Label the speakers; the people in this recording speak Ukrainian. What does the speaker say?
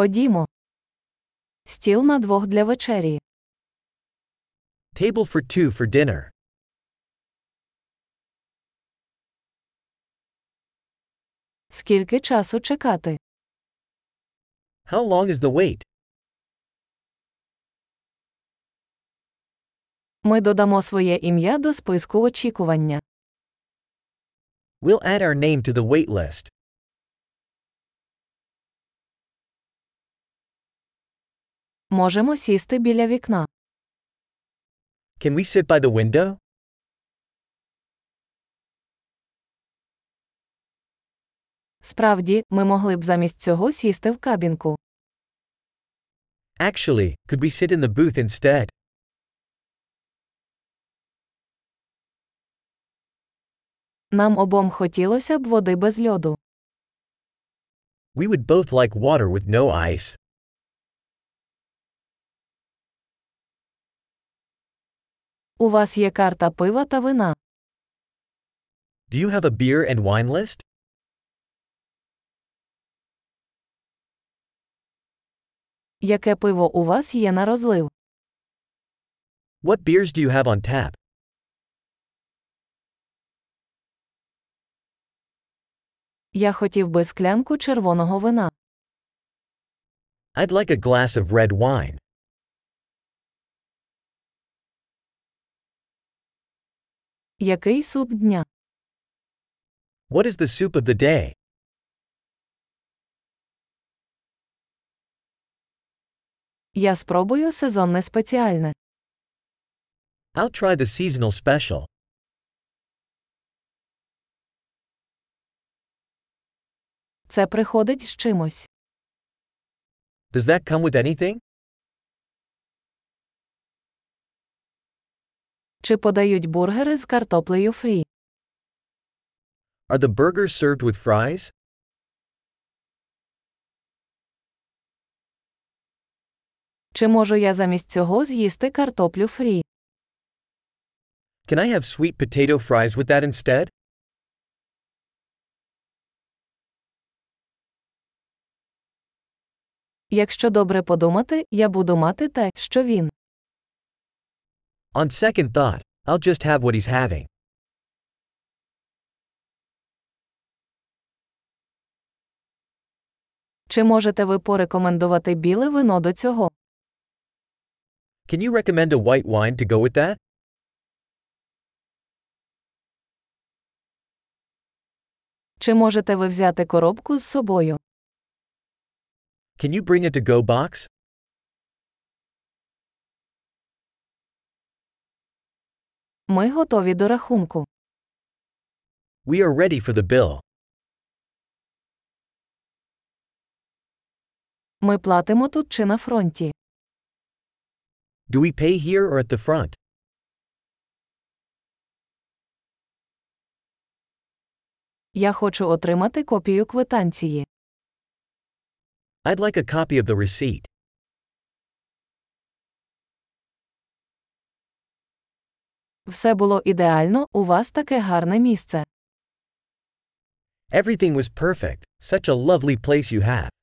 Speaker 1: Ходімо. Стіл на двох для вечері.
Speaker 2: Table for two for dinner.
Speaker 1: Скільки часу чекати?
Speaker 2: How long is the wait?
Speaker 1: Ми додамо своє ім'я до списку очікування.
Speaker 2: We'll add our name to the wait list.
Speaker 1: Можемо сісти біля вікна.
Speaker 2: Can we sit by the window?
Speaker 1: Справді, ми могли б замість цього сісти в кабінку.
Speaker 2: Actually, could we sit in the booth instead?
Speaker 1: Нам обом хотілося б води без льоду.
Speaker 2: We would both like water with no ice.
Speaker 1: У вас є карта пива та вина.
Speaker 2: Do you have a beer and wine list?
Speaker 1: Яке пиво у вас є на розлив?
Speaker 2: What beers do you have on tap?
Speaker 1: Я хотів би склянку червоного вина.
Speaker 2: I'd like a glass of red wine.
Speaker 1: Який суп дня?
Speaker 2: What is the soup of the day?
Speaker 1: Я спробую сезонне спеціальне.
Speaker 2: I'll try the seasonal special.
Speaker 1: Це приходить з чимось.
Speaker 2: Does that come with anything?
Speaker 1: Чи подають бургери з картоплею фрі?
Speaker 2: Are the burgers served with fries?
Speaker 1: Чи можу я замість цього з'їсти картоплю фрі?
Speaker 2: Can I have sweet potato fries with that instead?
Speaker 1: Якщо добре подумати, я буду мати те, що він.
Speaker 2: On second thought, I'll just have what he's having.
Speaker 1: Чи можете ви порекомендувати біле вино до цього?
Speaker 2: Can you recommend a white wine to go with that?
Speaker 1: Чи можете ви взяти коробку з собою?
Speaker 2: Can you bring a to go box?
Speaker 1: Ми готові до рахунку.
Speaker 2: We are ready for the bill.
Speaker 1: Ми платимо тут чи на фронті.
Speaker 2: Do we pay here or at the front?
Speaker 1: Я хочу отримати копію квитанції.
Speaker 2: I'd like a copy of the receipt.
Speaker 1: Все було ідеально, у вас таке гарне місце.
Speaker 2: Everything was perfect, such a lovely place you have.